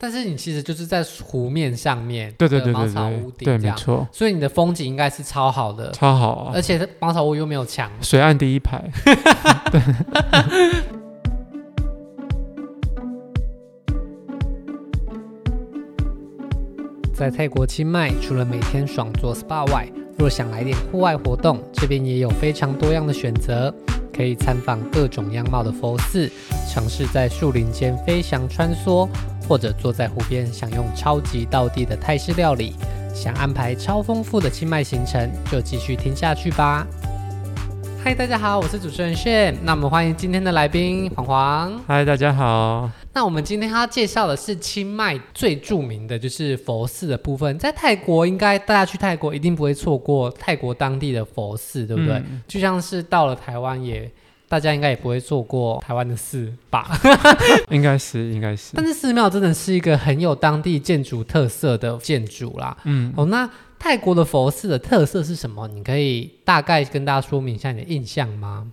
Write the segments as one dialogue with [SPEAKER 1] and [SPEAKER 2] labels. [SPEAKER 1] 但是你其实就是在湖面上面，
[SPEAKER 2] 对对对
[SPEAKER 1] 茅
[SPEAKER 2] 对
[SPEAKER 1] 草屋
[SPEAKER 2] 对，
[SPEAKER 1] 顶
[SPEAKER 2] 对
[SPEAKER 1] 这
[SPEAKER 2] 没
[SPEAKER 1] 样，呃
[SPEAKER 2] 错，
[SPEAKER 1] 所以你的风景应该是超好的，
[SPEAKER 2] 超好啊，
[SPEAKER 1] 而且茅草屋又没有墙，
[SPEAKER 2] 水岸第一排。
[SPEAKER 1] 在泰国清迈，除了每天爽做 SPA 外，若想来点户外活动，这边也有非常多样的选择，可以参访各种样貌的佛寺，尝试在树林间飞翔穿梭，或者坐在湖边享用超级道地的泰式料理。想安排超丰富的清迈行程，就继续听下去吧。嗨，大家好，我是主持人 Shane，那我们欢迎今天的来宾黄黄。
[SPEAKER 2] 嗨，大家好。
[SPEAKER 1] 那我们今天要介绍的是清迈最著名的就是佛寺的部分，在泰国应该大家去泰国一定不会错过泰国当地的佛寺，对不对？
[SPEAKER 2] 嗯
[SPEAKER 1] 就像是到了台湾也。大家应该也不会错过台湾的寺吧？
[SPEAKER 2] 应该是，应该是。
[SPEAKER 1] 但是寺庙真的是一个很有当地建筑特色的建筑啦。
[SPEAKER 2] 嗯，
[SPEAKER 1] 哦，那泰国的佛寺的特色是什么？你可以大概跟大家说明一下你的印象吗？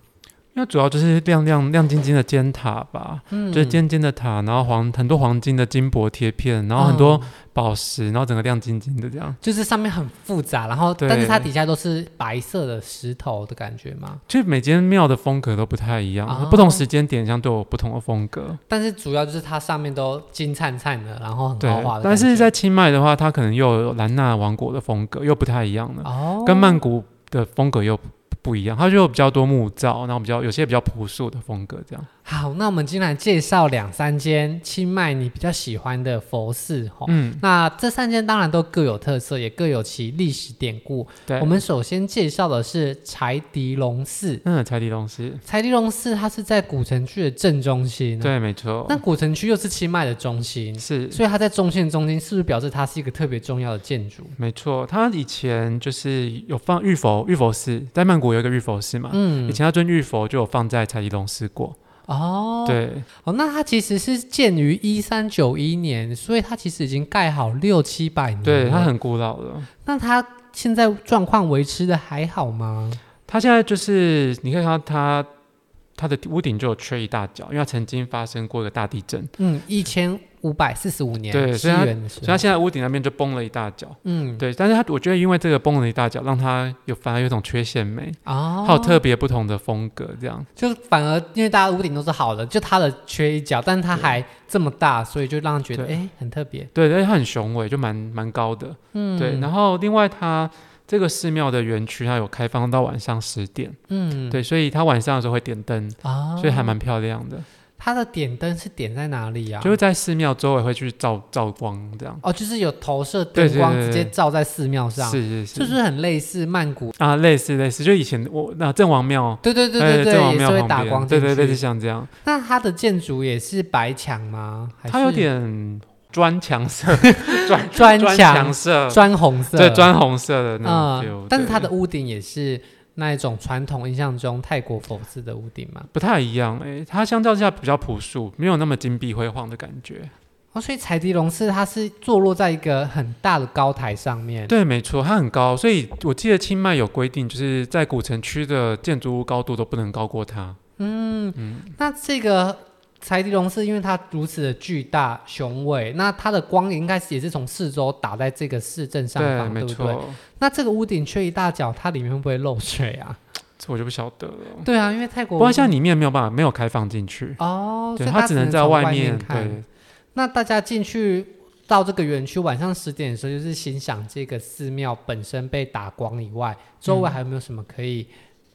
[SPEAKER 2] 那主要就是亮亮亮晶晶的尖塔吧，
[SPEAKER 1] 嗯
[SPEAKER 2] 就是尖尖的塔，然后黄很多黄金的金箔贴片，然后
[SPEAKER 1] 嗯
[SPEAKER 2] 很多宝石，然后整个亮晶晶的这样，
[SPEAKER 1] 就是上面很复杂，然后
[SPEAKER 2] 对
[SPEAKER 1] 但是它底下都是白色的石头的感觉吗？
[SPEAKER 2] 就是每间庙的风格都不太一样，
[SPEAKER 1] 哦
[SPEAKER 2] 不同时间点像都有不同的风格。
[SPEAKER 1] 但是主要就是它上面都金灿灿的，然后很
[SPEAKER 2] 对
[SPEAKER 1] 豪华，的感
[SPEAKER 2] 但
[SPEAKER 1] 觉。
[SPEAKER 2] 是在清迈的话，它可能又有兰纳王国的风格，又不太一样了，
[SPEAKER 1] 哦，
[SPEAKER 2] 跟曼谷的风格又不不一样，它就有比较多木造，然后比较有些比较朴素的风格这样。
[SPEAKER 1] 好，那我们今天来介绍两三间清迈你比较喜欢的佛寺哈。
[SPEAKER 2] 嗯，
[SPEAKER 1] 那这三间当然都各有特色，也各有其历史典故。
[SPEAKER 2] 对，
[SPEAKER 1] 我们首先介绍的是柴迪龙寺。
[SPEAKER 2] 嗯，柴迪龙是，
[SPEAKER 1] 柴迪龙寺它是在古城区的正中心、，啊
[SPEAKER 2] 对，没错，
[SPEAKER 1] 那古城区又是清迈的中心，
[SPEAKER 2] 是
[SPEAKER 1] 所以它在中线中心，是不是表示它是一个特别重要的建筑？
[SPEAKER 2] 没错，他以前就是有放玉佛，玉佛寺在曼谷有一个玉佛寺嘛，以
[SPEAKER 1] 嗯，
[SPEAKER 2] 前他尊玉佛就有放在柴迪龙寺过，
[SPEAKER 1] 哦，
[SPEAKER 2] 对，
[SPEAKER 1] 哦，那它其实是建于一三九一年，所以它其实已经盖好六七百年了。
[SPEAKER 2] 对，它很古老了。
[SPEAKER 1] 那它现在状况维持的还好吗？
[SPEAKER 2] 它现在就是你可以看到它，它的屋顶就有缺一大角，因为它曾经发生过一个大地震，
[SPEAKER 1] 嗯，一千五百四十五年，
[SPEAKER 2] 对
[SPEAKER 1] 西
[SPEAKER 2] 所以它
[SPEAKER 1] 元的时
[SPEAKER 2] 所以
[SPEAKER 1] 候
[SPEAKER 2] 它，现在屋顶那边就崩了一大角。
[SPEAKER 1] 嗯，
[SPEAKER 2] 对，但是它我觉得因为这个崩了一大角，让它有反而有一种缺陷美，
[SPEAKER 1] 哦，
[SPEAKER 2] 它有特别不同的风格这样。
[SPEAKER 1] 就反而因为大家屋顶都是好的，就它的缺一角，但它还这么大，所以就让人觉得哎、
[SPEAKER 2] 对
[SPEAKER 1] 诶很特别。
[SPEAKER 2] 对，而且它很雄伟，就蛮蛮高的。
[SPEAKER 1] 嗯，
[SPEAKER 2] 对，然后另外它这个寺庙的园区它有开放到晚上十点，
[SPEAKER 1] 嗯，
[SPEAKER 2] 对，所以它晚上的时候会点灯，
[SPEAKER 1] 啊，
[SPEAKER 2] 所以还蛮漂亮的。
[SPEAKER 1] 它的点灯是点在哪里啊？
[SPEAKER 2] 就是在寺庙周围会去照照光这样。
[SPEAKER 1] 哦，就是有投射
[SPEAKER 2] 对
[SPEAKER 1] 灯
[SPEAKER 2] 对
[SPEAKER 1] 光
[SPEAKER 2] 对
[SPEAKER 1] 直接
[SPEAKER 2] 对
[SPEAKER 1] 照在寺庙上，
[SPEAKER 2] 是是是，
[SPEAKER 1] 就是很类似曼谷
[SPEAKER 2] 啊，类似类似，就以前我那郑王庙，
[SPEAKER 1] 对对对
[SPEAKER 2] 哎
[SPEAKER 1] 对对，
[SPEAKER 2] 郑王
[SPEAKER 1] 也是
[SPEAKER 2] 庙
[SPEAKER 1] 会
[SPEAKER 2] 旁
[SPEAKER 1] 打
[SPEAKER 2] 边
[SPEAKER 1] 光
[SPEAKER 2] 对
[SPEAKER 1] 进
[SPEAKER 2] 对对，就
[SPEAKER 1] 去。
[SPEAKER 2] 像这样，
[SPEAKER 1] 那它的建筑也是白墙吗？还
[SPEAKER 2] 它有
[SPEAKER 1] 是
[SPEAKER 2] 点砖墙色，砖
[SPEAKER 1] 砖
[SPEAKER 2] 墙
[SPEAKER 1] 墙、
[SPEAKER 2] 色，
[SPEAKER 1] 砖红色，
[SPEAKER 2] 呃对，砖红色的那种 feel，
[SPEAKER 1] 嗯，但是它
[SPEAKER 2] 对
[SPEAKER 1] 的屋顶也是那一种传统印象中泰国佛寺的屋顶嘛。
[SPEAKER 2] 不太一样，哎，它相较之下比较朴素，没有那么金碧辉煌的感觉。
[SPEAKER 1] 哦，所以柴迪龙寺它是坐落在一个很大的高台上面。
[SPEAKER 2] 对，没错，它很高，所以我记得清迈有规定，就是在古城区的建筑物高度都不能高过它。
[SPEAKER 1] 那这个柴迪龙寺，因为它如此的巨大雄伟，那它的光应该是也是从四周打在这个市政上
[SPEAKER 2] 对，
[SPEAKER 1] 方，对
[SPEAKER 2] 没
[SPEAKER 1] 不
[SPEAKER 2] 错，
[SPEAKER 1] 对？那这个屋顶缺一大角，它里面会不会漏水啊？
[SPEAKER 2] 这我就不晓得了。
[SPEAKER 1] 对啊，因为泰国
[SPEAKER 2] 不过像里面没有办法，没有开放进去，
[SPEAKER 1] 哦，所
[SPEAKER 2] 对，
[SPEAKER 1] 以大
[SPEAKER 2] 它
[SPEAKER 1] 家
[SPEAKER 2] 只
[SPEAKER 1] 只
[SPEAKER 2] 能在
[SPEAKER 1] 从
[SPEAKER 2] 外
[SPEAKER 1] 外
[SPEAKER 2] 面。
[SPEAKER 1] 看。
[SPEAKER 2] 对，
[SPEAKER 1] 那大家进去到这个园区，晚上十点的时候，就是欣赏这个寺庙本身被打光以外，周围还有没有什么可以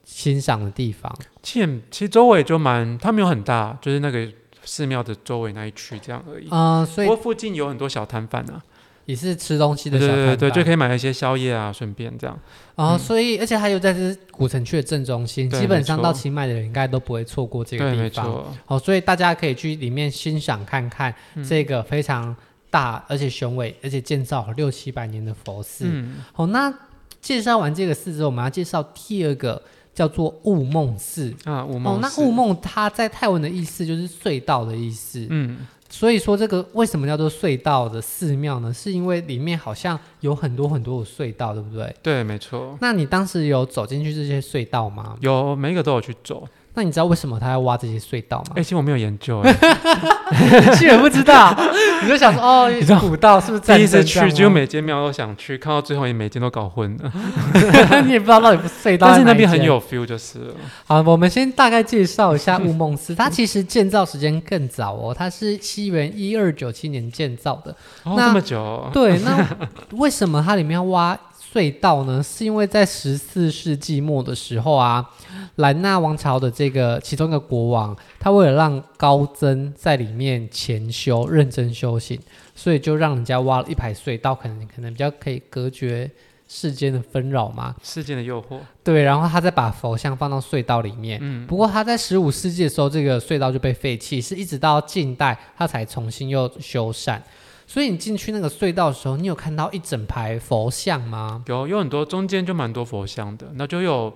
[SPEAKER 1] 欣赏的地方？
[SPEAKER 2] 其其实周围就蛮，它没有很大，就是那个寺庙的周围那一区这样而已。
[SPEAKER 1] 嗯、所
[SPEAKER 2] 不
[SPEAKER 1] 以
[SPEAKER 2] 过附近有很多小摊贩啊，
[SPEAKER 1] 也是吃东西
[SPEAKER 2] 对
[SPEAKER 1] 的小
[SPEAKER 2] 对
[SPEAKER 1] 摊
[SPEAKER 2] 对
[SPEAKER 1] 贩。
[SPEAKER 2] 对，就可以买一些宵夜啊，顺便这样。
[SPEAKER 1] 哦，所以而且它又在这古城区的正中心，
[SPEAKER 2] 对
[SPEAKER 1] 基本上
[SPEAKER 2] 没
[SPEAKER 1] 到
[SPEAKER 2] 错
[SPEAKER 1] 清迈的人应该都不会错过这个
[SPEAKER 2] 对，没
[SPEAKER 1] 地方。
[SPEAKER 2] 错，
[SPEAKER 1] 哦，所以大家可以去里面欣赏看看
[SPEAKER 2] 嗯
[SPEAKER 1] 这个非常大而且雄伟，而且建造了六七百年的佛寺。
[SPEAKER 2] 嗯，
[SPEAKER 1] 好，那介绍完这个寺之后，我们要介绍第二个叫做雾梦寺。
[SPEAKER 2] 啊，雾
[SPEAKER 1] 哦
[SPEAKER 2] 梦，
[SPEAKER 1] 那
[SPEAKER 2] 寺
[SPEAKER 1] 雾，梦它在泰文的意思就是隧道的意思，
[SPEAKER 2] 嗯，
[SPEAKER 1] 所以说这个为什么叫做隧道的寺庙呢？是因为里面好像有很多很多的隧道，对不对？
[SPEAKER 2] 对，没错，
[SPEAKER 1] 那你当时有走进去这些隧道吗？
[SPEAKER 2] 有每一个都有去走，
[SPEAKER 1] 那你知道为什么他要挖这些隧道吗
[SPEAKER 2] 哎、？其实我没有研 究、哎
[SPEAKER 1] 居然不知道， 你就想说哦，
[SPEAKER 2] 你知道
[SPEAKER 1] 古道是不是战
[SPEAKER 2] 第一次
[SPEAKER 1] 争这样
[SPEAKER 2] 去，
[SPEAKER 1] 吗
[SPEAKER 2] 几乎每间庙都想去，看到最后也每间都搞混了。
[SPEAKER 1] 你也不知道到底隧道在哪一
[SPEAKER 2] 但是
[SPEAKER 1] 间。
[SPEAKER 2] 那边很有 feel，就是了
[SPEAKER 1] 好，我们先大概介绍一下雾梦寺，它其实建造时间更早哦，它是西元一二九七年建造的。
[SPEAKER 2] 哦，
[SPEAKER 1] 那
[SPEAKER 2] 这么久哦，
[SPEAKER 1] 对，那为什么它里面要挖隧道呢？是因为在十四世纪末的时候啊，兰纳王朝的这个其中一个国王，他为了让高僧在里面潜修、认真修行，所以就让人家挖了一排隧道，可能可能比较可以隔绝世间的纷扰嘛。
[SPEAKER 2] 世间的诱惑，
[SPEAKER 1] 对，然后他再把佛像放到隧道里面。
[SPEAKER 2] 嗯，
[SPEAKER 1] 不过他在十五世纪的时候，这个隧道就被废弃，是一直到近代他才重新又修缮。所以你进去那个隧道的时候，你有看到一整排佛像吗？
[SPEAKER 2] 有有很多中间就蛮多佛像的，那就有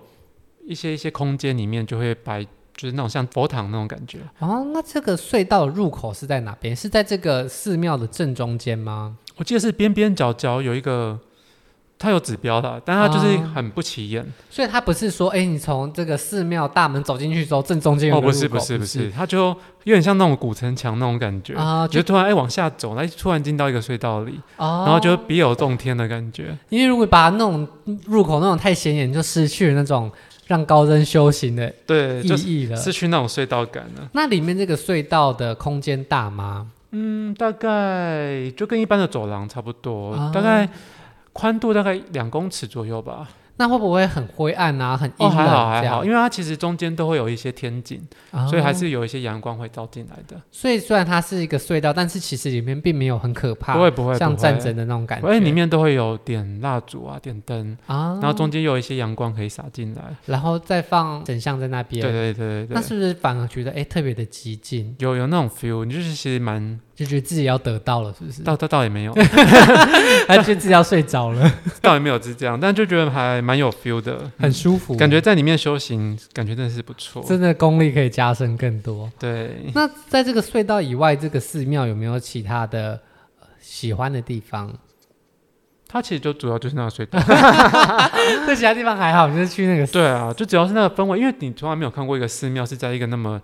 [SPEAKER 2] 一些一些空间里面就会摆，就是那种像佛堂那种感觉。
[SPEAKER 1] 哦，那这个隧道的入口是在哪边？是在这个寺庙的正中间吗？
[SPEAKER 2] 我记得是边边角角有一个，它有指标的，但它就是
[SPEAKER 1] 哦
[SPEAKER 2] 很不起眼。
[SPEAKER 1] 所以它不是说，哎，你从这个寺庙大门走进去之后，正中间有
[SPEAKER 2] 哦，
[SPEAKER 1] 个入
[SPEAKER 2] 不
[SPEAKER 1] 口
[SPEAKER 2] 是不是不是，它就有点像那种古城墙那种感觉。
[SPEAKER 1] 啊，
[SPEAKER 2] 你就
[SPEAKER 1] 就
[SPEAKER 2] 突然哎往下走，哎突然进到一个隧道里，
[SPEAKER 1] 哦，
[SPEAKER 2] 然后就别有洞天的感觉。
[SPEAKER 1] 因为如果把它弄入口那种太显眼，就失去了那种让高僧修行的
[SPEAKER 2] 对，
[SPEAKER 1] 意
[SPEAKER 2] 就是
[SPEAKER 1] 义了。
[SPEAKER 2] 失去那种隧道感了。
[SPEAKER 1] 那里面这个隧道的空间大吗？
[SPEAKER 2] 嗯，大概就跟一般的走廊差不多，
[SPEAKER 1] 啊
[SPEAKER 2] 大概宽度大概两公尺左右吧。
[SPEAKER 1] 那会不会很灰暗啊？很阴
[SPEAKER 2] 哦，
[SPEAKER 1] 冷这
[SPEAKER 2] 还
[SPEAKER 1] 样？
[SPEAKER 2] 好还好，因为它其实中间都会有一些天井，
[SPEAKER 1] 哦
[SPEAKER 2] 所以还是有一些阳光会照进来的。
[SPEAKER 1] 所以虽然它是一个隧道，但是其实里面并没有很可怕，
[SPEAKER 2] 不会不会，
[SPEAKER 1] 像
[SPEAKER 2] 不会
[SPEAKER 1] 战争的那种感觉。
[SPEAKER 2] 而且里面都会有点蜡烛啊、点灯，
[SPEAKER 1] 啊，
[SPEAKER 2] 然后中间有一些阳光可以洒进来。
[SPEAKER 1] 然后再放神像在那边，
[SPEAKER 2] 对对对对
[SPEAKER 1] 那
[SPEAKER 2] 对，
[SPEAKER 1] 是不是反而觉得哎特别的激进，
[SPEAKER 2] 有有那种 feel，你就是其实蛮
[SPEAKER 1] 就觉得自己要得到了，是不 是？
[SPEAKER 2] 倒倒倒也没有，
[SPEAKER 1] 还觉得自己要睡着了，
[SPEAKER 2] 倒也没有是这样，但就觉得还蛮有 feel 的，
[SPEAKER 1] 很舒服，
[SPEAKER 2] 感觉在里面修行，感觉真的是不错。
[SPEAKER 1] 真的功力可以加深更多。
[SPEAKER 2] 对，
[SPEAKER 1] 那在这个隧道以外，这个寺庙有没有其他的呃喜欢的地方？
[SPEAKER 2] 它其实就主要就是那个隧道。
[SPEAKER 1] 对其他地方还好，就是去那个
[SPEAKER 2] 对啊，就只要是那个氛围，因为你从来没有看过一个寺庙是在一个那么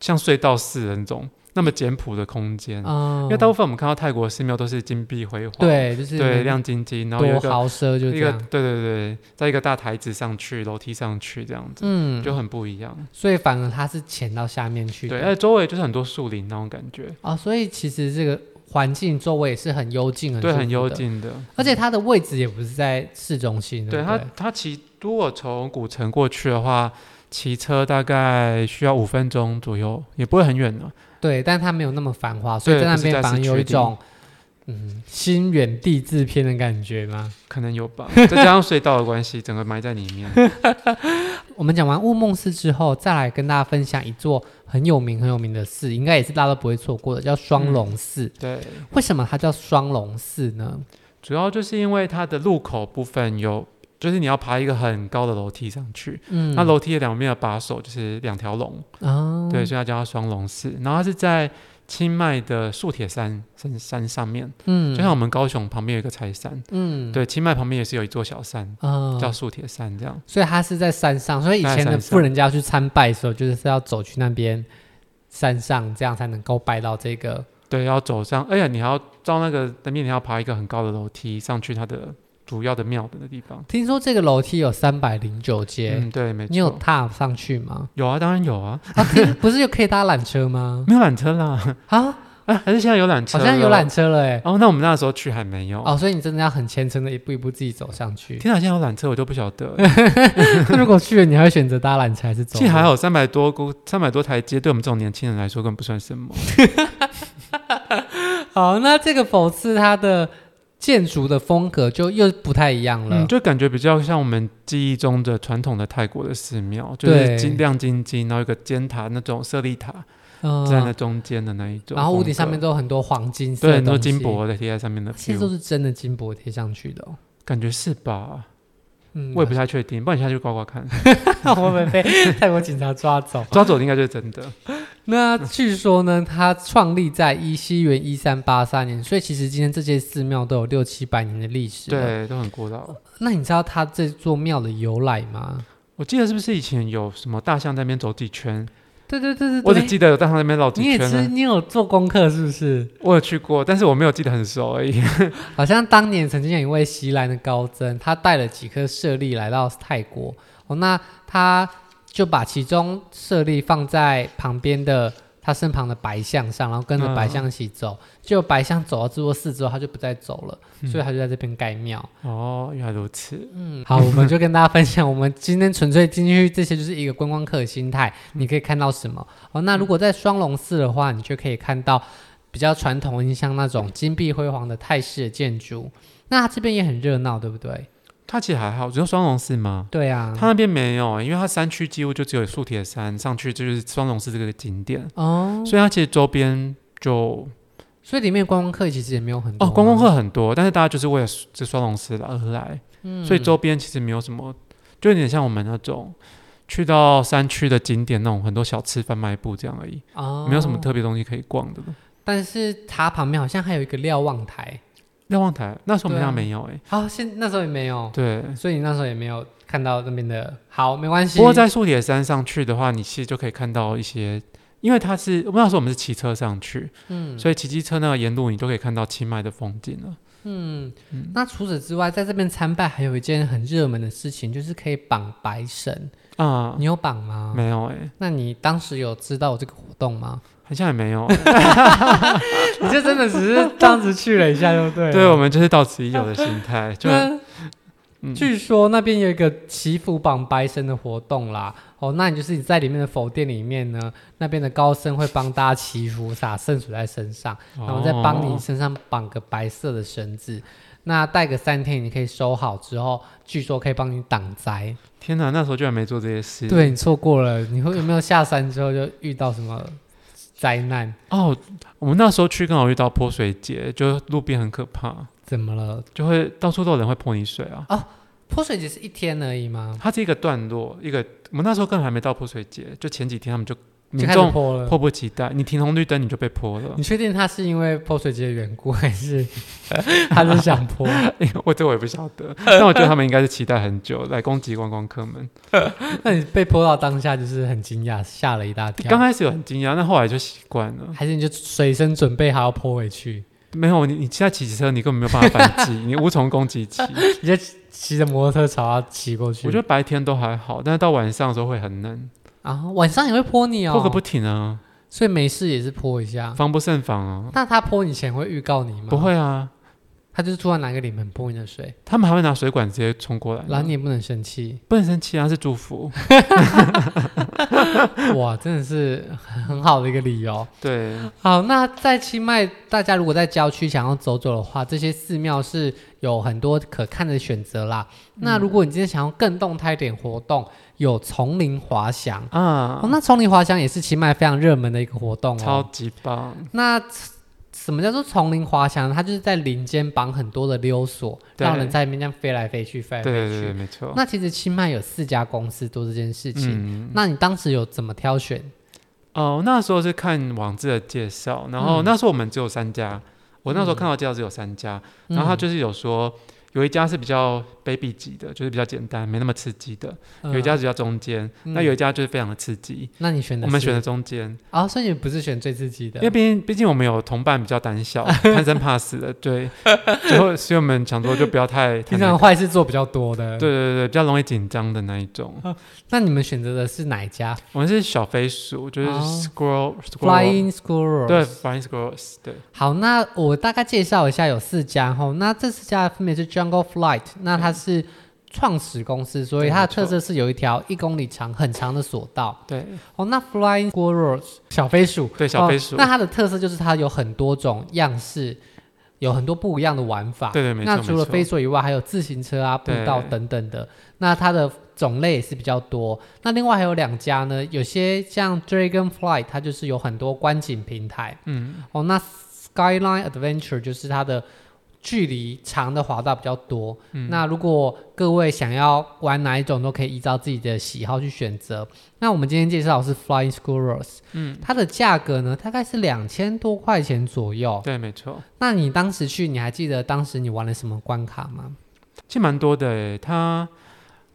[SPEAKER 2] 像隧道似的那种那么简朴的空间。
[SPEAKER 1] 嗯，
[SPEAKER 2] 因为大部分我们看到泰国的寺庙都是金碧辉煌，
[SPEAKER 1] 对，就是
[SPEAKER 2] 对亮晶晶，然后有
[SPEAKER 1] 多
[SPEAKER 2] 一个
[SPEAKER 1] 豪奢就
[SPEAKER 2] 一
[SPEAKER 1] 这
[SPEAKER 2] 个
[SPEAKER 1] 样。
[SPEAKER 2] 对对对，在一个大台子上去，楼梯上去这样子，
[SPEAKER 1] 嗯，
[SPEAKER 2] 就很不一样。
[SPEAKER 1] 所以反而它是潜到下面去
[SPEAKER 2] 对，
[SPEAKER 1] 的。
[SPEAKER 2] 而且周围就是很多树林那种感觉，
[SPEAKER 1] 哦，所以其实这个环境周围也是很幽静，
[SPEAKER 2] 对，
[SPEAKER 1] 舒服
[SPEAKER 2] 很幽
[SPEAKER 1] 的。
[SPEAKER 2] 静的。嗯
[SPEAKER 1] 而且它的位置也不是在市中心，
[SPEAKER 2] 对
[SPEAKER 1] 对
[SPEAKER 2] 它
[SPEAKER 1] 不对，
[SPEAKER 2] 它骑如果从古城过去的话，骑车大概需要五分钟左右，也不会很远呢、
[SPEAKER 1] 对，但它没有那么繁华，所以
[SPEAKER 2] 对
[SPEAKER 1] 在那
[SPEAKER 2] 不是
[SPEAKER 1] 边
[SPEAKER 2] 在
[SPEAKER 1] 反而
[SPEAKER 2] 市
[SPEAKER 1] 有
[SPEAKER 2] 区
[SPEAKER 1] 一
[SPEAKER 2] 里
[SPEAKER 1] 种嗯心远地自偏的感觉吗？
[SPEAKER 2] 可能有 吧，再加上隧道的关系，整个埋在里面。
[SPEAKER 1] 我们讲完雾梦寺之后，再来跟大家分享一座很有名很有名的寺，应该也是大家都不会错过的，叫双
[SPEAKER 2] 嗯
[SPEAKER 1] 龙寺。
[SPEAKER 2] 对，
[SPEAKER 1] 为什么它叫双龙寺呢？
[SPEAKER 2] 主要就是因为它的路口部分有，就是你要爬一个很高的楼梯上去，
[SPEAKER 1] 嗯，
[SPEAKER 2] 那楼梯的两边的把手就是两条龙，
[SPEAKER 1] 啊，
[SPEAKER 2] 对，所以它叫它双龙寺。然后它是在清迈的素铁山山山上面，
[SPEAKER 1] 嗯，
[SPEAKER 2] 就像我们高雄旁边有一个柴山，
[SPEAKER 1] 嗯，
[SPEAKER 2] 对，清迈旁边也是有一座小山。
[SPEAKER 1] 啊、
[SPEAKER 2] 叫素铁山这样，
[SPEAKER 1] 所以它是在山上，所以以前
[SPEAKER 2] 在
[SPEAKER 1] 的
[SPEAKER 2] 山上
[SPEAKER 1] 富人家去参拜的时候，就是要走去那边山上，这样才能够拜到这个。
[SPEAKER 2] 对，要走上，而且你还要到那个那边，你还要爬一个很高的楼梯上去它的主要的庙的那地方。
[SPEAKER 1] 听说这个楼梯有三百零九阶，
[SPEAKER 2] 嗯，对，没
[SPEAKER 1] 你有
[SPEAKER 2] 错，
[SPEAKER 1] 踏上去吗？
[SPEAKER 2] 有啊，当然有啊，
[SPEAKER 1] 啊，听 不是有可以搭缆车吗？
[SPEAKER 2] 没有缆车啦，
[SPEAKER 1] 啊，
[SPEAKER 2] 啊，还是现在有缆车？
[SPEAKER 1] 好像有缆。车了哎、
[SPEAKER 2] 哦，那我们那时候去还没有。
[SPEAKER 1] 哦，所以你真的要很虔诚的一步一步自己走上去。
[SPEAKER 2] 天哪，现在有缆车我就不晓 得了。
[SPEAKER 1] 那 如果去了，你还会选择搭缆车还是走
[SPEAKER 2] 其
[SPEAKER 1] 路？
[SPEAKER 2] 实还好，三百多公三百多台阶，对我们这种年轻人来说根本不算什么。
[SPEAKER 1] 好，那这个佛寺它的建筑的风格就又不太一样了。
[SPEAKER 2] 嗯，就感觉比较像我们记忆中的传统的泰国的寺庙，就
[SPEAKER 1] 对
[SPEAKER 2] 是金亮晶晶，然后有个尖塔那种舍利塔
[SPEAKER 1] 嗯
[SPEAKER 2] 站在中间的那一种风格，
[SPEAKER 1] 然后屋顶上面都有很多黄金色
[SPEAKER 2] 对
[SPEAKER 1] 的
[SPEAKER 2] 很多
[SPEAKER 1] 东西
[SPEAKER 2] 金，箔啊的贴在上面的
[SPEAKER 1] 其实都
[SPEAKER 2] view，
[SPEAKER 1] 是真的金箔贴上去的、哦。
[SPEAKER 2] 感觉是吧？
[SPEAKER 1] 嗯，
[SPEAKER 2] 我也不太确定，不然你下去刮刮看，
[SPEAKER 1] 看 我们被 泰国警察抓走。
[SPEAKER 2] 抓走的应该就是 真的。
[SPEAKER 1] 那据说呢，它创立在一西元一三八三年，所以其实今天这些寺庙都有六七百年的历史。，
[SPEAKER 2] 对，都很古老。
[SPEAKER 1] 那你知道它这座庙的由来吗？
[SPEAKER 2] 我我记得是不是以前有什么大象在那边走几圈？
[SPEAKER 1] 对对对对对，
[SPEAKER 2] 我只记得有大象在那边绕几
[SPEAKER 1] 你也
[SPEAKER 2] 圈、
[SPEAKER 1] 知
[SPEAKER 2] 啊。
[SPEAKER 1] 你有做功课是不是？
[SPEAKER 2] 我有去过，但是我没有记得很熟而已。
[SPEAKER 1] 好像当年曾经有一位席兰的高僧，他带了几颗舍利来到泰国，哦，那他就把其中舍利放在旁边的他身旁的白象上，然后跟着白象一起走。结果白象走到智多寺之后，他就不再走了，所以他就在这边盖庙。
[SPEAKER 2] 哦，原来如此。
[SPEAKER 1] 嗯，好，我们就跟大家分享，我们今天纯粹进去这些就是一个观光客的心态，你可以看到什么？哦，那如果在双龙寺的话，你就可以看到比较传统印象那种金碧辉煌的泰式的建筑。那它这边也很热闹，对不对？
[SPEAKER 2] 它其实还好，只有双龙寺吗？
[SPEAKER 1] 对啊。
[SPEAKER 2] 它那边没有，因为它山区几乎就只有素铁山，上去就是双龙寺这个景点，
[SPEAKER 1] 哦，
[SPEAKER 2] 所以它其实周边就
[SPEAKER 1] 所以里面观光客其实也没有很多
[SPEAKER 2] 哦
[SPEAKER 1] 啊
[SPEAKER 2] 观光客很多，但是大家就是为了这双龙寺而来，
[SPEAKER 1] 嗯
[SPEAKER 2] 所以周边其实没有什么，就有点像我们那种去到山区的景点那种很多小吃贩卖部这样而已，
[SPEAKER 1] 哦，
[SPEAKER 2] 没有什么特别东西可以逛的。
[SPEAKER 1] 但是它旁边好像还有一个瞭望台，
[SPEAKER 2] 瞭望台那时候我们
[SPEAKER 1] 对啊
[SPEAKER 2] 家没有哎、欸，
[SPEAKER 1] 好、现那时候也没有，
[SPEAKER 2] 对。
[SPEAKER 1] 所以你那时候也没有看到那边的。好，没关系。
[SPEAKER 2] 不过在素铁山上去的话，你其实就可以看到一些，因为它是我们那时候我们是骑车上去，
[SPEAKER 1] 嗯
[SPEAKER 2] 所以骑机车那个沿路你都可以看到清迈的风景了。
[SPEAKER 1] 嗯，那除此之外，在这边参拜还有一件很热门的事情，就是可以绑白绳。
[SPEAKER 2] 啊、
[SPEAKER 1] 你有绑吗？
[SPEAKER 2] 没有哎、
[SPEAKER 1] 那你当时有知道有这个活动吗？
[SPEAKER 2] 好像也没有。 欸
[SPEAKER 1] 你就真的只是当时去了一下就 对了。
[SPEAKER 2] 对，我们就是到此一游的心态， 就
[SPEAKER 1] 那
[SPEAKER 2] 嗯
[SPEAKER 1] 据说那边有一个祈福绑白绳的活动啦。哦，那你就是你在里面的佛殿里面呢，那边的高僧会帮大家祈福，洒圣水在身上，然后再帮你
[SPEAKER 2] 哦
[SPEAKER 1] 身上绑个白色的绳子。那带个三天，你可以收好之后，据说可以帮你挡灾。
[SPEAKER 2] 天哪，那时候居然没做这些事。
[SPEAKER 1] 对你错过了，你会有没有下山之后就遇到什么灾难？
[SPEAKER 2] 哦，我们那时候去刚好遇到泼水节，就路边很可怕，
[SPEAKER 1] 怎么了？
[SPEAKER 2] 就会到处都有人会泼你水啊。
[SPEAKER 1] 泼水节是一天而已吗？
[SPEAKER 2] 它是一个段落，一个我们那时候根本还没到泼水节，就前几天他们就
[SPEAKER 1] 就
[SPEAKER 2] 民
[SPEAKER 1] 开始
[SPEAKER 2] 众
[SPEAKER 1] 泼了。
[SPEAKER 2] 迫不及待，你停红绿灯你就被泼了
[SPEAKER 1] 你。确定他是因为泼水节的缘故，还是 他是想 泼？
[SPEAKER 2] 我这我也不晓 得，但我觉得他们应该是期待很久来攻击观光客们。
[SPEAKER 1] 那你被泼到当下就是很惊讶，吓了一大
[SPEAKER 2] 刚
[SPEAKER 1] 跳。
[SPEAKER 2] 开始有很惊讶，但后来就习惯了。
[SPEAKER 1] 还是你就随身准备好要泼回去，
[SPEAKER 2] 没有你，你现在骑车你根本没有办法 反击，你无从攻击其。
[SPEAKER 1] 你就骑着摩托车朝他骑过去。
[SPEAKER 2] 我觉得白天都还好，但是到晚上的时候会很冷，
[SPEAKER 1] 啊，晚上也会泼你哦，
[SPEAKER 2] 泼个不停啊，
[SPEAKER 1] 所以没事也是泼一下。
[SPEAKER 2] 防不胜防啊。
[SPEAKER 1] 那他泼你前会预告你吗？
[SPEAKER 2] 不，会啊，
[SPEAKER 1] 他就是突然拿个脸盆泼你的水，
[SPEAKER 2] 他们还会拿水管直接冲过来呢。
[SPEAKER 1] 然后你也不能生气。
[SPEAKER 2] 不能生气啊，是祝 福。
[SPEAKER 1] 哇，真的是很很好的一个理由。
[SPEAKER 2] 对，
[SPEAKER 1] 好，那在清迈，大家如果在郊区想要走走的话，这些寺庙是有很多可看的选择啦。
[SPEAKER 2] 嗯
[SPEAKER 1] 那如果你今天想要更动态一点活动，有丛林滑翔。
[SPEAKER 2] 啊
[SPEAKER 1] 哦，，那丛林滑翔也是清迈非常热门的一个活动
[SPEAKER 2] 超
[SPEAKER 1] 哦。
[SPEAKER 2] 级棒。
[SPEAKER 1] 那什么叫做丛林滑翔？它就是在林间绑很多的溜索，
[SPEAKER 2] 对
[SPEAKER 1] 让人在里面这样飞来飞去，飞来
[SPEAKER 2] 对
[SPEAKER 1] 飞去。
[SPEAKER 2] 对对对，没错。
[SPEAKER 1] 哎那其实清迈有四家公司做这件事情。
[SPEAKER 2] 嗯，
[SPEAKER 1] 那你当时有怎么挑选？
[SPEAKER 2] 哦，那时候是看网志的介绍，然后
[SPEAKER 1] 嗯
[SPEAKER 2] 那时候我们只有三家，我那时候看到介绍只有三家，
[SPEAKER 1] 嗯
[SPEAKER 2] 然后他就是有说。有一家是比较 baby 级的，就是比较简单，没那么刺激的；
[SPEAKER 1] 嗯
[SPEAKER 2] 有一家比较中间，
[SPEAKER 1] 嗯
[SPEAKER 2] 那有一家就是非常的刺激。
[SPEAKER 1] 那你选的
[SPEAKER 2] 我们
[SPEAKER 1] 是
[SPEAKER 2] 选的中间，
[SPEAKER 1] 啊、所以你不是选最刺激的
[SPEAKER 2] 因为，毕竟毕竟我们有同伴比较胆 小、贪生怕死的，对，最后所以我们想说就不要 太太
[SPEAKER 1] 平
[SPEAKER 2] 那
[SPEAKER 1] 常
[SPEAKER 2] 个
[SPEAKER 1] 坏事做比较多的。
[SPEAKER 2] 对，对对，比较容易紧张的那一种。
[SPEAKER 1] 那你们选择的是哪一家
[SPEAKER 2] 我们是小飞鼠，就是
[SPEAKER 1] 哦
[SPEAKER 2] squirrel squirrel，
[SPEAKER 1] ？Flying Squirrel。
[SPEAKER 2] 对，，flying squirrels，对，
[SPEAKER 1] 好，那我大概介绍一下，有四家吼。那这四家分别是 Jungle Flight，那它是创始公司，所以
[SPEAKER 2] 对
[SPEAKER 1] 它的
[SPEAKER 2] 没
[SPEAKER 1] 特
[SPEAKER 2] 错
[SPEAKER 1] 色是有一条一公里长、很长的索道。
[SPEAKER 2] 对
[SPEAKER 1] 哦，那 Flying Squirrel 小飞鼠，
[SPEAKER 2] 对，小飞鼠
[SPEAKER 1] 哦，那它的特色就是它有很多种样式，有很多不一样的玩法。
[SPEAKER 2] 对对，没错。
[SPEAKER 1] 那除了
[SPEAKER 2] 没错
[SPEAKER 1] 飞索以外，还有自行车啊、步道
[SPEAKER 2] 对
[SPEAKER 1] 等等的。那它的种类也是比较多。那另外还有两家呢，有些像 Dragonfly，它就是有很多观景平台。
[SPEAKER 2] 嗯，
[SPEAKER 1] 哦，那 Skyline Adventure 就是它的距离长的滑道比较多。
[SPEAKER 2] 嗯
[SPEAKER 1] 那如果各位想要玩哪一种，都可以依照自己的喜好去选择。那我们今天介绍的是 Flying Squirrels，嗯，它的价格呢大概是两千多块钱左右。
[SPEAKER 2] 对，没错，
[SPEAKER 1] 那你当时去，你还记得当时你玩了什么关卡吗？
[SPEAKER 2] 欸其实蛮多的诶。它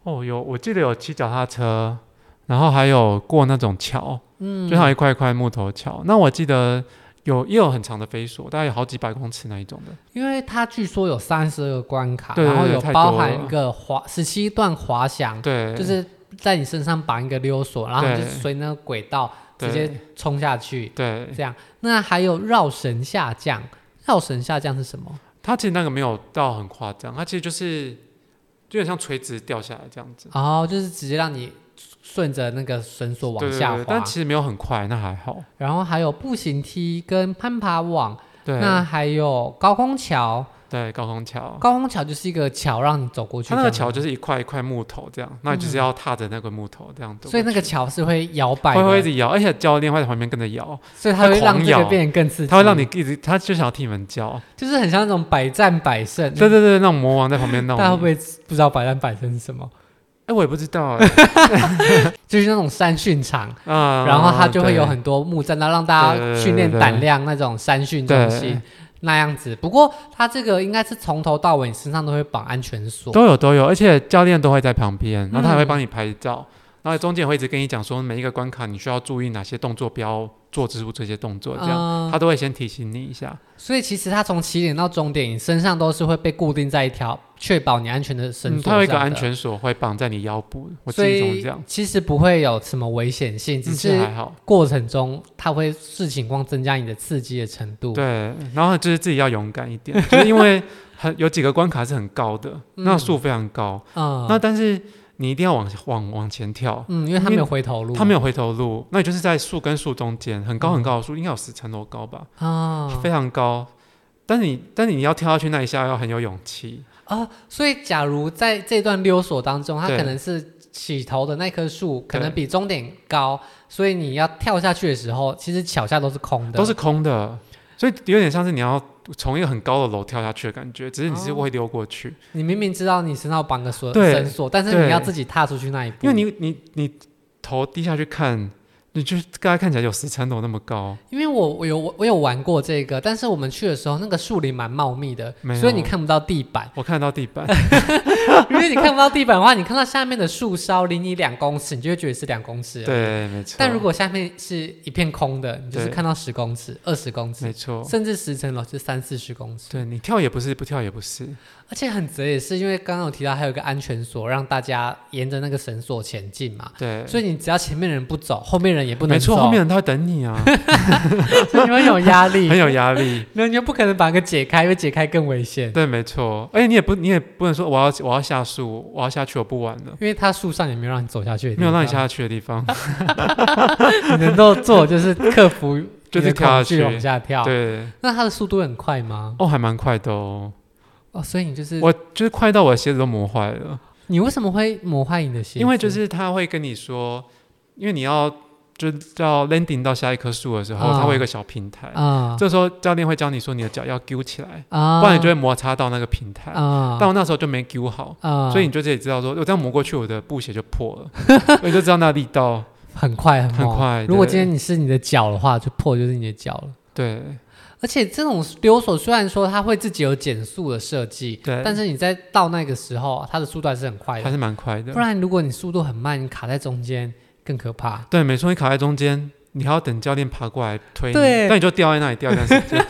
[SPEAKER 2] 哦，有，我记得有骑脚踏车，然后还有过那种桥，嗯，就像一块一块木头桥。那我记得有也有很长的飞索，大概有好几百公尺那一种的。
[SPEAKER 1] 因为它据说有三十二个关卡，
[SPEAKER 2] 对对
[SPEAKER 1] 然后
[SPEAKER 2] 对
[SPEAKER 1] 有
[SPEAKER 2] 太
[SPEAKER 1] 包
[SPEAKER 2] 多
[SPEAKER 1] 含
[SPEAKER 2] 了
[SPEAKER 1] 一个滑十七段滑翔，
[SPEAKER 2] 对，
[SPEAKER 1] 就是在你身上绑一个溜索，然后你就
[SPEAKER 2] 对
[SPEAKER 1] 随那个轨道直
[SPEAKER 2] 对
[SPEAKER 1] 接冲下去，
[SPEAKER 2] 对，
[SPEAKER 1] 这样。那还有绕绳下降，绕绳下降是什么？
[SPEAKER 2] 它其实那个没有到很夸张，它其实就是就有点像垂直掉下来这样子，
[SPEAKER 1] 哦，就是直接让你顺着那个绳索往
[SPEAKER 2] 对对
[SPEAKER 1] 下
[SPEAKER 2] 对
[SPEAKER 1] 滑。
[SPEAKER 2] 但其实没有很快，那还好。
[SPEAKER 1] 然后还有步行梯跟攀爬网，
[SPEAKER 2] 对，
[SPEAKER 1] 那还有高空桥。
[SPEAKER 2] 对，高空桥，
[SPEAKER 1] 高空桥就是一个桥，让你走过去。
[SPEAKER 2] 它那
[SPEAKER 1] 这
[SPEAKER 2] 个
[SPEAKER 1] 样
[SPEAKER 2] 桥
[SPEAKER 1] 吗
[SPEAKER 2] 就是一块一块木头这样，那你就是要踏着那个木头这样走过去。
[SPEAKER 1] 所以那个桥是会摇摆
[SPEAKER 2] 会会一
[SPEAKER 1] 的，
[SPEAKER 2] 直摇，而且教练会在旁边跟着摇，
[SPEAKER 1] 所以它会
[SPEAKER 2] 会
[SPEAKER 1] 让
[SPEAKER 2] 狂
[SPEAKER 1] 这个
[SPEAKER 2] 摇
[SPEAKER 1] 变得更刺激。
[SPEAKER 2] 他会让你一直，他就想要替你们 教。
[SPEAKER 1] 就是很像那种百战百胜。
[SPEAKER 2] 对对对，那种魔王在旁边弄。
[SPEAKER 1] 大家会不
[SPEAKER 2] 哎、
[SPEAKER 1] 会不知道百战百胜是什么？
[SPEAKER 2] 我也不 知道、哎
[SPEAKER 1] 就是那种山训场，
[SPEAKER 2] 啊
[SPEAKER 1] 然后它就会有
[SPEAKER 2] 对
[SPEAKER 1] 很多木栈道，让大
[SPEAKER 2] 对
[SPEAKER 1] 家
[SPEAKER 2] 对对
[SPEAKER 1] 训练
[SPEAKER 2] 对
[SPEAKER 1] 胆量那种山训中心
[SPEAKER 2] 对
[SPEAKER 1] 那样子。不过它这个应该是从头到尾你身上都会绑安全锁，
[SPEAKER 2] 都有都有，而且教练都会在旁边，然后他还
[SPEAKER 1] 嗯
[SPEAKER 2] 会帮你拍照，然后中间也会一直跟你讲说每一个关卡你需要注意哪些动作，不要做出这些动作，这样、
[SPEAKER 1] 嗯
[SPEAKER 2] 他都会先提醒你一下。
[SPEAKER 1] 所以其实它从起点到终点，你身上都是会被固定在一条确保你安全的绳
[SPEAKER 2] 嗯，
[SPEAKER 1] 索上的。
[SPEAKER 2] 他有一个安全锁会绑在你腰部，我记
[SPEAKER 1] 所
[SPEAKER 2] 忆中
[SPEAKER 1] 以
[SPEAKER 2] 这样，
[SPEAKER 1] 其实不会有什么危险性，只
[SPEAKER 2] 嗯
[SPEAKER 1] 是
[SPEAKER 2] 还好。
[SPEAKER 1] 过程中它会视情况增加你的刺激的程度。
[SPEAKER 2] 对，然后就是自己要勇敢一点， 就是因为很有几个关卡是很高的，那树非常高，
[SPEAKER 1] 嗯，
[SPEAKER 2] 那但是你一定要往往往前跳，
[SPEAKER 1] 嗯，因为它没有回头路，嗯
[SPEAKER 2] 它没有回头路，那你就是在树跟树中间，很高很高的树，应该有十层楼高吧，
[SPEAKER 1] 啊
[SPEAKER 2] 非常高。但你但你要跳下去那一下要很有勇气，
[SPEAKER 1] 啊，所以假如在这段溜索当中，它
[SPEAKER 2] 对
[SPEAKER 1] 可能是起头的那棵树可
[SPEAKER 2] 对
[SPEAKER 1] 能比终点高，所以你要跳下去的时候，其实脚下都是空的，
[SPEAKER 2] 都是空的，所以有点像是你要从一个很高的楼跳下去的感觉，只是你是
[SPEAKER 1] 哦
[SPEAKER 2] 会溜过去，
[SPEAKER 1] 你明明知道你身上有绑个锁
[SPEAKER 2] 对
[SPEAKER 1] 绳索，但是你
[SPEAKER 2] 对
[SPEAKER 1] 要自己踏出去那一步，
[SPEAKER 2] 因为你你你头低下去看，你就是大概看起来有十层楼那么高，
[SPEAKER 1] 因为我我有我有玩过这个，但是我们去的时候那个树林蛮茂密的
[SPEAKER 2] 没，有，
[SPEAKER 1] 所以你看不到地板
[SPEAKER 2] 我看得到地 板，
[SPEAKER 1] 因为你看不到地板的话，你看到下面的树梢离你两公尺，你就会觉得是两公尺。。
[SPEAKER 2] 对，没错。
[SPEAKER 1] 啊但如果下面是一片空的，你就是看到十公尺、二十公尺
[SPEAKER 2] 没，错，
[SPEAKER 1] 甚至十层楼就三四十公尺。
[SPEAKER 2] 对你跳也不是，不跳也不是，
[SPEAKER 1] 而且很贼也是因为刚刚有提到还有一个安全锁，让大家沿着那个绳索前进嘛。
[SPEAKER 2] 对，
[SPEAKER 1] 所以你只要前面人不走，后面人也不能
[SPEAKER 2] 没
[SPEAKER 1] 走，
[SPEAKER 2] 错， 后面人他会等你啊，
[SPEAKER 1] 所以你会有压 力
[SPEAKER 2] 很，有压力。
[SPEAKER 1] 那你就不可能把那个解开，因为解开更危险。
[SPEAKER 2] 对，没错。哎而且你也不，你也不能说我要我要下树，我要下去，我不玩了，
[SPEAKER 1] 因为它树上也没有让你走下去，
[SPEAKER 2] 没有让你，下去的地方。
[SPEAKER 1] 你能够做的就是克服
[SPEAKER 2] 就
[SPEAKER 1] 你的恐
[SPEAKER 2] 是跳下去
[SPEAKER 1] 惧往下跳。
[SPEAKER 2] 对，
[SPEAKER 1] 那它的速度很快吗？
[SPEAKER 2] 哦，还蛮快的哦。
[SPEAKER 1] 哦，所以你就是
[SPEAKER 2] 我就是快到我的鞋子都磨坏了，
[SPEAKER 1] 你为什么会磨坏你的鞋子？
[SPEAKER 2] 因为就是他会跟你说，因为你要就到 landing 到下一棵树的时候，
[SPEAKER 1] 啊
[SPEAKER 2] 他会有一个小平台，
[SPEAKER 1] 啊
[SPEAKER 2] 这时候教练会教你说你的脚要揪起来，
[SPEAKER 1] 啊，
[SPEAKER 2] 不然你就会摩擦到那个平台。
[SPEAKER 1] 啊
[SPEAKER 2] 但我那时候就没揪好，
[SPEAKER 1] 啊，
[SPEAKER 2] 所以你就自己知道说，我这样磨过去，我的布鞋就破 了，我就知道那力道。
[SPEAKER 1] 很快很
[SPEAKER 2] 很
[SPEAKER 1] 猛
[SPEAKER 2] 快
[SPEAKER 1] 如果
[SPEAKER 2] 对
[SPEAKER 1] 今天你是你的脚的话，就破就是你的脚了。
[SPEAKER 2] 对
[SPEAKER 1] 而且这种溜索虽然说它会自己有减速的设计，
[SPEAKER 2] 对，
[SPEAKER 1] 但是你在到那个时候，它的速度还是很快
[SPEAKER 2] 还
[SPEAKER 1] 的。
[SPEAKER 2] 是蛮快的
[SPEAKER 1] 不。然如果你速度很慢，你卡在中间更可怕。
[SPEAKER 2] 对，没错，你卡在中间，你还要等教练爬过来推你，
[SPEAKER 1] 对
[SPEAKER 2] 但你就掉在那里掉一段时间。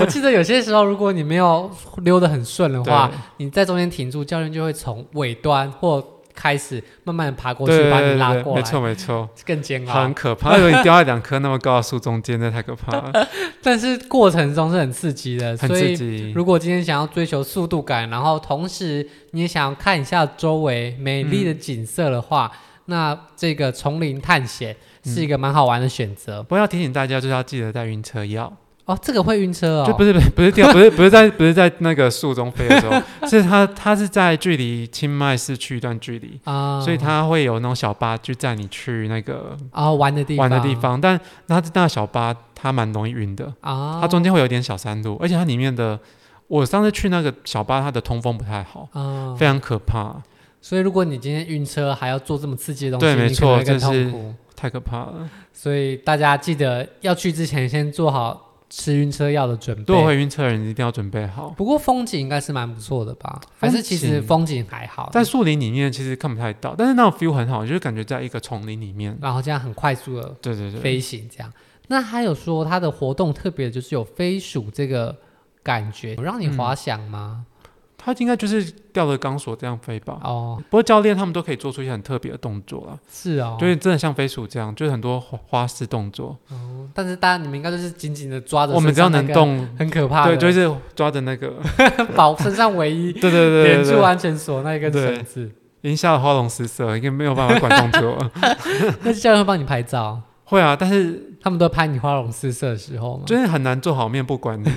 [SPEAKER 1] 我记得有些时候，如果你没有溜得很顺 的话，
[SPEAKER 2] 对
[SPEAKER 1] 你在中间停住，教练就会从尾端或开始慢慢地爬过
[SPEAKER 2] 对
[SPEAKER 1] 去，
[SPEAKER 2] 对
[SPEAKER 1] 把你
[SPEAKER 2] 对
[SPEAKER 1] 拉
[SPEAKER 2] 对
[SPEAKER 1] 过
[SPEAKER 2] 没
[SPEAKER 1] 来，
[SPEAKER 2] 错没错，
[SPEAKER 1] 更煎熬
[SPEAKER 2] 很。可 怕。如果你掉在两棵那么高的树中间，那太可怕了，
[SPEAKER 1] 但是过程中是很刺激的，
[SPEAKER 2] 很
[SPEAKER 1] 所
[SPEAKER 2] 刺
[SPEAKER 1] 以
[SPEAKER 2] 激。
[SPEAKER 1] 如果今天想要追求速度感，然后同时你也想要看一下周围美丽
[SPEAKER 2] 嗯
[SPEAKER 1] 的景色的话，那这个丛林探险
[SPEAKER 2] 嗯
[SPEAKER 1] 是一个蛮好玩的选择、
[SPEAKER 2] 不过要提醒大家，就是要记得带晕车药，
[SPEAKER 1] 哦。这个会晕车
[SPEAKER 2] 就
[SPEAKER 1] 哦，
[SPEAKER 2] 不是不是不是掉，不是不是在不是在那个树中飞的 时候，是它它是在距离清迈市区一段距离，
[SPEAKER 1] 啊，
[SPEAKER 2] 所以它会有那种小巴就载你去那个
[SPEAKER 1] 啊玩的地方
[SPEAKER 2] 玩的地方，哦但那那小巴它蛮容易晕的，
[SPEAKER 1] 啊，
[SPEAKER 2] 它中间会有点小山路，而且它里面的，我上次去那个小巴，它的通风不太好，
[SPEAKER 1] 啊
[SPEAKER 2] 非常可怕，
[SPEAKER 1] 所以如果你今天晕车还要做这么刺激的东西，
[SPEAKER 2] 对没
[SPEAKER 1] 你可能会
[SPEAKER 2] 错
[SPEAKER 1] 更
[SPEAKER 2] 这
[SPEAKER 1] 痛
[SPEAKER 2] 是
[SPEAKER 1] 苦。
[SPEAKER 2] 太可怕了。
[SPEAKER 1] 所以大家记得要去之前先做好吃晕车药的准备
[SPEAKER 2] 对，。会晕车的人一定要准备好。
[SPEAKER 1] 不过风景应该是蛮不错的吧？还是其实风景还好，
[SPEAKER 2] 在树林里面其实看不太到，但是那种 feel 很好，就是感觉在一个丛林里面。
[SPEAKER 1] 然后这样很快速的
[SPEAKER 2] 对对对，
[SPEAKER 1] 飞行这样。那还有说它的活动特别就是有飞鼠这个感觉，有让你滑翔吗？
[SPEAKER 2] 它应该就是吊着钢索这样飞吧。
[SPEAKER 1] 哦，
[SPEAKER 2] 不过教练他们都可以做出一些很特别的动作啦，
[SPEAKER 1] 是哦，
[SPEAKER 2] 就是真的像飞鼠这样，就是很多花花式动作。
[SPEAKER 1] 哦。但是大家你们应该就是紧紧的抓着，
[SPEAKER 2] 我们只要能，动，
[SPEAKER 1] 很可怕
[SPEAKER 2] 对，
[SPEAKER 1] 的，
[SPEAKER 2] 就是抓着那个，
[SPEAKER 1] 保身上唯一
[SPEAKER 2] 对 对对对
[SPEAKER 1] 连啊住
[SPEAKER 2] 对，
[SPEAKER 1] 安全锁那一根
[SPEAKER 2] 对
[SPEAKER 1] 绳子。
[SPEAKER 2] 已经吓得花容失色，应该没有办法管动 作。
[SPEAKER 1] 那教练会帮你拍照，
[SPEAKER 2] 会啊，但是
[SPEAKER 1] 他们都拍你花容失色的时候嘛。
[SPEAKER 2] 真的很难做好面不管理。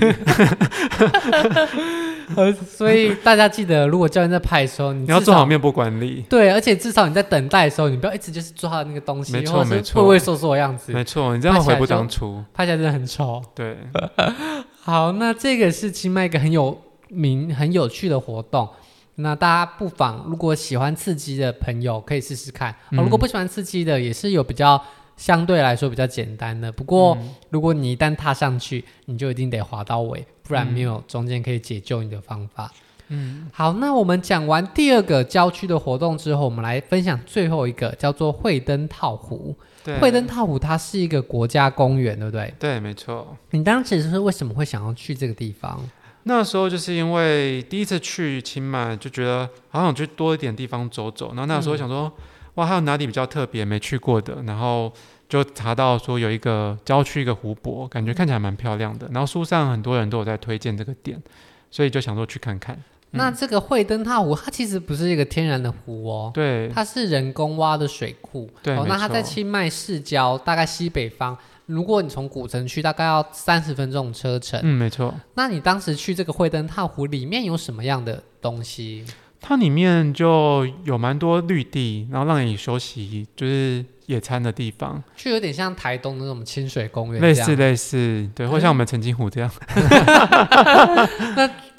[SPEAKER 1] 所以大家记得，如果教练在拍的时 候，你
[SPEAKER 2] 你要
[SPEAKER 1] 至
[SPEAKER 2] 做
[SPEAKER 1] 少
[SPEAKER 2] 好面部管理，
[SPEAKER 1] 对，而且至少你在等待的时候，你不要一直就是抓到那个东西，
[SPEAKER 2] 没错
[SPEAKER 1] 或者是
[SPEAKER 2] 没错
[SPEAKER 1] 畏畏缩缩的样子，
[SPEAKER 2] 没错，你这样
[SPEAKER 1] 拍起
[SPEAKER 2] 悔
[SPEAKER 1] 来
[SPEAKER 2] 不
[SPEAKER 1] 就
[SPEAKER 2] 当初。
[SPEAKER 1] 拍起来真的很丑。
[SPEAKER 2] 对，
[SPEAKER 1] 好，那这个是清迈一个很有名、很有趣的活动。那大家不妨，如果喜欢刺激的朋友可以试试看、哦如果
[SPEAKER 2] 嗯
[SPEAKER 1] 不喜欢刺激的，也是有比较相对来说比较简单的。不过，
[SPEAKER 2] 嗯
[SPEAKER 1] 如果你一旦踏上去，你就一定得滑到尾，不然没有中间可以解救你的方法。
[SPEAKER 2] 嗯，
[SPEAKER 1] 好，那我们讲完第二个郊区的活动之后，我们来分享最后一个，叫做惠登套湖。
[SPEAKER 2] 对，
[SPEAKER 1] 惠登套湖它是一个国家公园，对不对？
[SPEAKER 2] 对，没错。
[SPEAKER 1] 你当时是为什么会想要去这个地方？
[SPEAKER 2] 那时候就是因为第一次去清迈，就觉得好想去多一点地方走走。然后那时候想说，
[SPEAKER 1] 嗯
[SPEAKER 2] 哇，还有哪里比较特别没去过的？然后就查到说有一个郊区一个湖泊，感觉看起来蛮漂亮的。然后书上很多人都有在推荐这个点，所以就想说去看看。
[SPEAKER 1] 那这个惠登套湖，它其实不是一个天然的湖哦，
[SPEAKER 2] 对，
[SPEAKER 1] 它是人工挖的水库。
[SPEAKER 2] 对
[SPEAKER 1] 哦，
[SPEAKER 2] 没
[SPEAKER 1] 那它在
[SPEAKER 2] 错
[SPEAKER 1] 清迈市郊，大概西北方。如果你从古城区，大概要三十分钟车程。
[SPEAKER 2] 嗯，没错。
[SPEAKER 1] 那你当时去这个惠登套湖里面有什么样的东西？
[SPEAKER 2] 它里面就有蛮多绿地，然后让你休息，就是野餐的地方，
[SPEAKER 1] 就有点像台东的那种清水公园
[SPEAKER 2] 类
[SPEAKER 1] 这
[SPEAKER 2] 似
[SPEAKER 1] 样。
[SPEAKER 2] 类似，对，或像我们澄清湖这样，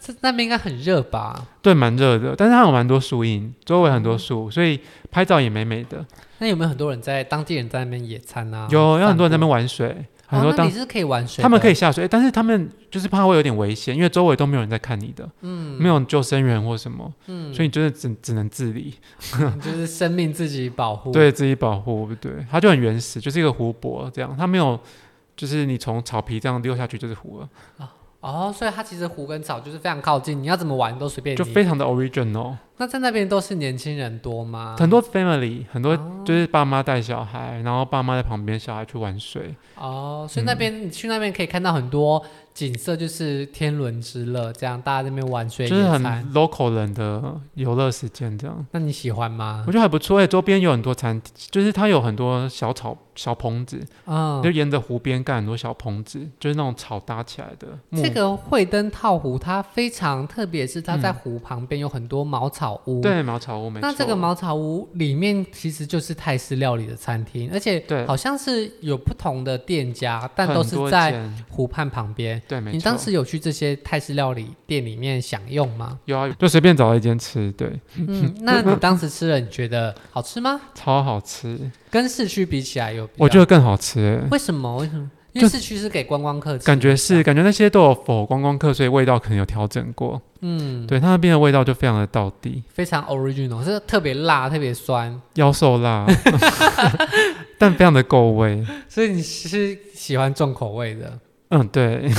[SPEAKER 1] 这那边应该很热吧？
[SPEAKER 2] 对，蛮热的，但是它有蛮多树荫，周围很
[SPEAKER 1] 哦
[SPEAKER 2] 多树，所以拍照也美美的。
[SPEAKER 1] 那有没有很多人在当地人在那边野餐啊？
[SPEAKER 2] 有，
[SPEAKER 1] 有
[SPEAKER 2] 有很多人在那边玩水，很多
[SPEAKER 1] 哦、那
[SPEAKER 2] 当、
[SPEAKER 1] 你是可以玩水的，
[SPEAKER 2] 他们可
[SPEAKER 1] 以
[SPEAKER 2] 以下水，但是他们就是怕会有点危险，因为周围都没有人在看你的，嗯，没有救生员或什么，嗯，所以你真的只只能自理，
[SPEAKER 1] 就是生命自己保护。，
[SPEAKER 2] 对自己保护，对，它就很原始，就是一个湖泊这样，它没有。就是你从草皮这样溜下去就是湖了，
[SPEAKER 1] 哦，所以它其实湖跟草就是非常靠近，你要怎么玩都随便
[SPEAKER 2] 就
[SPEAKER 1] 你。
[SPEAKER 2] 非常的 original，、
[SPEAKER 1] 那在那边都是年轻人多吗？
[SPEAKER 2] 很多 family，很多
[SPEAKER 1] 哦
[SPEAKER 2] 就是爸妈带小孩，然后爸妈在旁边，小孩去玩水，
[SPEAKER 1] 哦，所以那边、你去那边可以看到很多景色，就是天伦之乐，这样大家在那边玩水
[SPEAKER 2] 就
[SPEAKER 1] 野
[SPEAKER 2] 是很
[SPEAKER 1] 餐。嗯
[SPEAKER 2] local 人的游乐时间这样，
[SPEAKER 1] 那你喜欢吗
[SPEAKER 2] 我？觉得还不错哎、周边有很多餐厅，就是它有很多小草小棚子，
[SPEAKER 1] 嗯
[SPEAKER 2] 就，沿着湖边盖很多小棚子，就是那种草搭起来的木。嗯
[SPEAKER 1] 这个惠登套湖它非常特别，是它在湖旁边有很多茅草屋。。
[SPEAKER 2] 对，茅草屋没错。
[SPEAKER 1] 那这个茅草屋里面其实就是泰式料理的餐厅，而且
[SPEAKER 2] 对
[SPEAKER 1] 好像是有不同的店家，但
[SPEAKER 2] 很
[SPEAKER 1] 都是
[SPEAKER 2] 多
[SPEAKER 1] 在
[SPEAKER 2] 间
[SPEAKER 1] 湖畔旁边。
[SPEAKER 2] 对，没错。
[SPEAKER 1] 你当时有去这些泰式料理店里面享用吗？
[SPEAKER 2] 有啊，就随便找了一间吃，对，
[SPEAKER 1] 嗯，那你当时吃了，你觉得好吃吗？
[SPEAKER 2] 超好吃，
[SPEAKER 1] 跟市区比起来有啊比较，
[SPEAKER 2] 我觉得更好吃哎、
[SPEAKER 1] 为什么？为什么？因为市区是给观光客吃的，
[SPEAKER 2] 感觉是感觉那些都有否观光客，所以味道可能有调整过。
[SPEAKER 1] 嗯，
[SPEAKER 2] 对，它那边的味道就非常的到地，
[SPEAKER 1] 非常 original，是特别辣、特别酸，
[SPEAKER 2] 妖兽辣，但非常的够味。
[SPEAKER 1] 所以你是喜欢重口味的，
[SPEAKER 2] 嗯，对，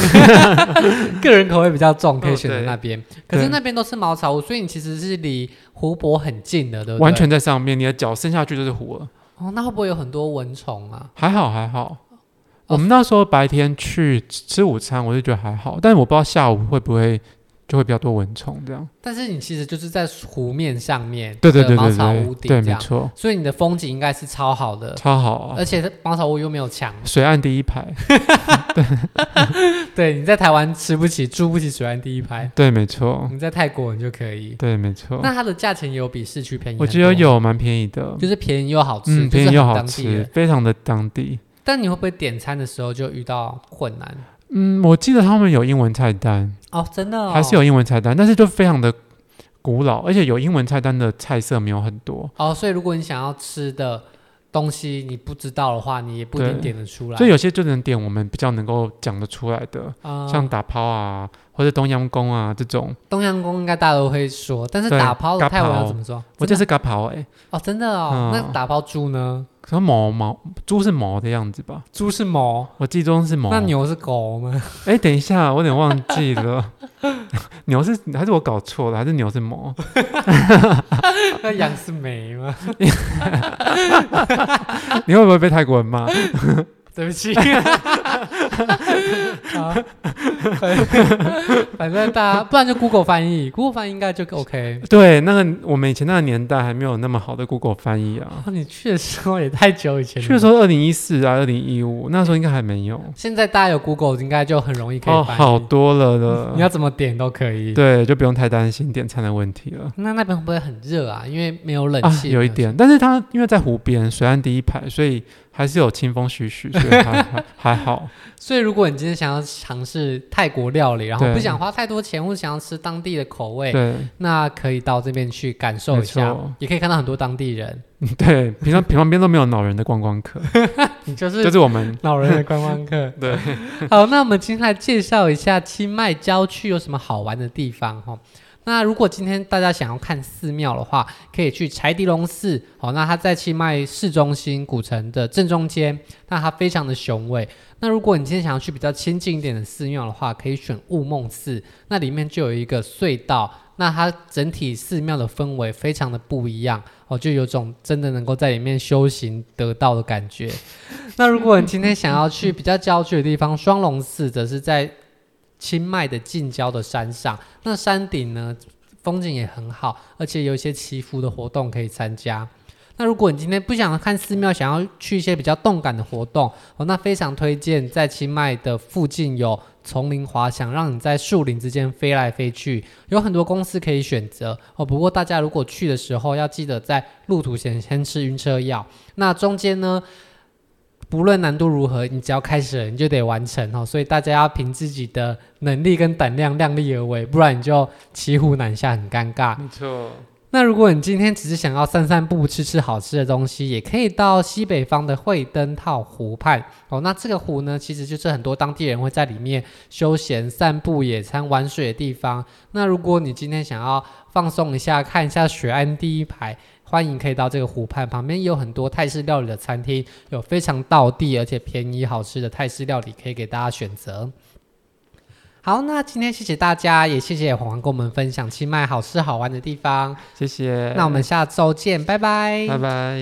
[SPEAKER 1] 个人口味比较重，可以
[SPEAKER 2] 嗯
[SPEAKER 1] 选择
[SPEAKER 2] 对
[SPEAKER 1] 那边。可是
[SPEAKER 2] 对
[SPEAKER 1] 那边都是茅草屋，所以你其实是离湖泊很近的，对不对？
[SPEAKER 2] 完全在上面，你的脚伸下去就是湖了。
[SPEAKER 1] 哦，那会不会有很多蚊虫啊？
[SPEAKER 2] 还好还好。
[SPEAKER 1] 哦
[SPEAKER 2] 我们那时候白天去吃吃午餐，我就觉得还好，但我不知道下午会不会就会比较多蚊虫这样。
[SPEAKER 1] 但是你其实就是在湖面上面，
[SPEAKER 2] 对对对
[SPEAKER 1] 茅草
[SPEAKER 2] 对
[SPEAKER 1] 屋
[SPEAKER 2] 对，
[SPEAKER 1] 顶
[SPEAKER 2] 对
[SPEAKER 1] 这
[SPEAKER 2] 没
[SPEAKER 1] 样，
[SPEAKER 2] 错，
[SPEAKER 1] 所以你的风景应该是超好的，
[SPEAKER 2] 超好啊！
[SPEAKER 1] 而且茅草屋又没有墙，
[SPEAKER 2] 水岸第一排，
[SPEAKER 1] 对，你在台湾吃不起、住不起水岸第一排，
[SPEAKER 2] 对，没错，
[SPEAKER 1] 你在泰国你就可以。
[SPEAKER 2] 对，没错。
[SPEAKER 1] 那它的价钱也有比市区便宜，
[SPEAKER 2] 哦我觉得，有蛮便宜的，
[SPEAKER 1] 就是便宜又好吃，
[SPEAKER 2] 嗯，
[SPEAKER 1] 就是
[SPEAKER 2] 便宜又
[SPEAKER 1] 很
[SPEAKER 2] 好
[SPEAKER 1] 当地
[SPEAKER 2] 吃
[SPEAKER 1] 人，。
[SPEAKER 2] 非常的当地。
[SPEAKER 1] 但你会不会点餐的时候就遇到困难？
[SPEAKER 2] 嗯，我记得他们有英文菜单，
[SPEAKER 1] 哦，真的、哦，
[SPEAKER 2] 还是有英文菜单，但是就非常的古老，而且有英文菜单的菜色没有很多。
[SPEAKER 1] 哦，所以如果你想要吃的，东西你不知道的话，你也不一定点得出来。
[SPEAKER 2] 所以有些就能点我们比较能够讲得出来的，
[SPEAKER 1] 啊
[SPEAKER 2] 像打抛啊，或者东阳宫啊这种。
[SPEAKER 1] 东阳宫应该大家都会说，但是
[SPEAKER 2] 对
[SPEAKER 1] 打抛的
[SPEAKER 2] 打
[SPEAKER 1] 泰文要
[SPEAKER 2] 抛
[SPEAKER 1] 怎么说？
[SPEAKER 2] 我
[SPEAKER 1] 真
[SPEAKER 2] 这
[SPEAKER 1] 的
[SPEAKER 2] 是嘎抛哎，
[SPEAKER 1] 哦，真的哦。
[SPEAKER 2] 嗯
[SPEAKER 1] 那打抛猪呢？
[SPEAKER 2] 可能毛毛猪是毛的样子吧，
[SPEAKER 1] 猪是毛，
[SPEAKER 2] 我记忆中是毛。
[SPEAKER 1] 那牛是狗吗？
[SPEAKER 2] 哎，等一下，我有点忘记了，牛是还是我搞错了，还是牛是毛？
[SPEAKER 1] 那羊是梅 吗？
[SPEAKER 2] 你会不会被泰国人骂？
[SPEAKER 1] 对不 起。好反反正大家，不然就 Google 翻译，Google 翻译应该就 OK。
[SPEAKER 2] 对，那个我们以前那个年代还没有那么好的 Google 翻译啊。
[SPEAKER 1] 哦，你去的时候也太久以前了。
[SPEAKER 2] 去的时候二零一四啊，二零一五那时候应该还没有
[SPEAKER 1] 现在大家有 Google，应该就很容易可
[SPEAKER 2] 哦，
[SPEAKER 1] 以翻译。
[SPEAKER 2] 好多了的。
[SPEAKER 1] 你要怎么点都可以。
[SPEAKER 2] 对，就不用太担心点餐的问题了
[SPEAKER 1] 那那边会不会很热啊？因为没有冷
[SPEAKER 2] 啊，
[SPEAKER 1] 气、
[SPEAKER 2] 有一。点，但是它因为在湖边，水岸第一排，所以还是有清风徐徐，所以还还还 好。
[SPEAKER 1] 所以如果你今天想要尝试泰国料理，然后
[SPEAKER 2] 对
[SPEAKER 1] 不想花太多钱，或者想要吃当地的口味，
[SPEAKER 2] 对
[SPEAKER 1] 那可以到这边去感受一下
[SPEAKER 2] 没错，
[SPEAKER 1] 也可以看到很多当地人。
[SPEAKER 2] 对，平常平常边都没有恼人的观光客，
[SPEAKER 1] 你就
[SPEAKER 2] 就是是我 们
[SPEAKER 1] 老人的观光 客。
[SPEAKER 2] 对
[SPEAKER 1] 好，那我们今天来介绍一下清迈郊区有什么好玩的地方哈。那如果今天大家想要看寺庙的话，可以去柴迪龙寺。好，那它在清迈市中心古城的正中间，那它非常的雄伟。那如果你今天想要去比较亲近一点的寺庙的话，可以选雾梦寺，那里面就有一个隧道。那它整体寺庙的氛围非常的不一样哦，就有种真的能够在里面修行得道的感觉。 那如果你今天想要去比较郊区的地方，双龙寺则是在清迈的近郊的山上，那山顶呢风景也很好，而且有一些祈福的活动可以参加。那如果你今天不想看寺庙，想要去一些比较动感的活动，哦，那非常推荐在清迈的附近有丛林滑翔，让你在树林之间飞来飞去，有很多公司可以选择哦。不过大家如果去的时候，要记得在路途前先吃晕车药。那中间呢，不论难度如何，你只要开始了，你就得完成哦。所以大家要凭自己的能力跟胆量量力而为，不然你就骑虎难下，很尴尬。
[SPEAKER 2] 没错，
[SPEAKER 1] 那如果你今天只是想要散散步、吃吃好吃的东西，也可以到西北方的惠登套湖畔哦。那这个湖呢，其实就是很多当地人会在里面休闲、散步、野餐、玩水的地方。那如果你今天想要放松一下，看一下雪岸第一排，欢迎可以到这个湖畔旁边，有很多泰式料理的餐厅，有非常道地而且便宜好吃的泰式料理可以给大家选择。好，那今天谢谢大家，也谢谢黄黄跟我们分享清迈好吃好玩的地方。
[SPEAKER 2] 谢谢，
[SPEAKER 1] 那我们下周见，拜拜。
[SPEAKER 2] 拜拜。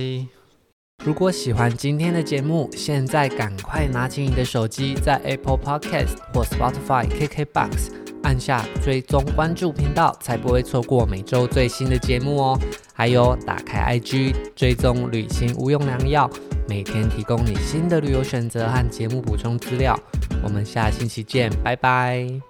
[SPEAKER 1] 如果喜欢今天的节目，现在赶快拿起你的手机，在 Apple Podcast 或 Spotify、KKBox 按下追踪关注频道，才不会错过每周最新的节目哦。还有，打开 IG 追踪旅行无用良药，每天提供你新的旅游选择和节目补充资料。我们下星期见，拜拜。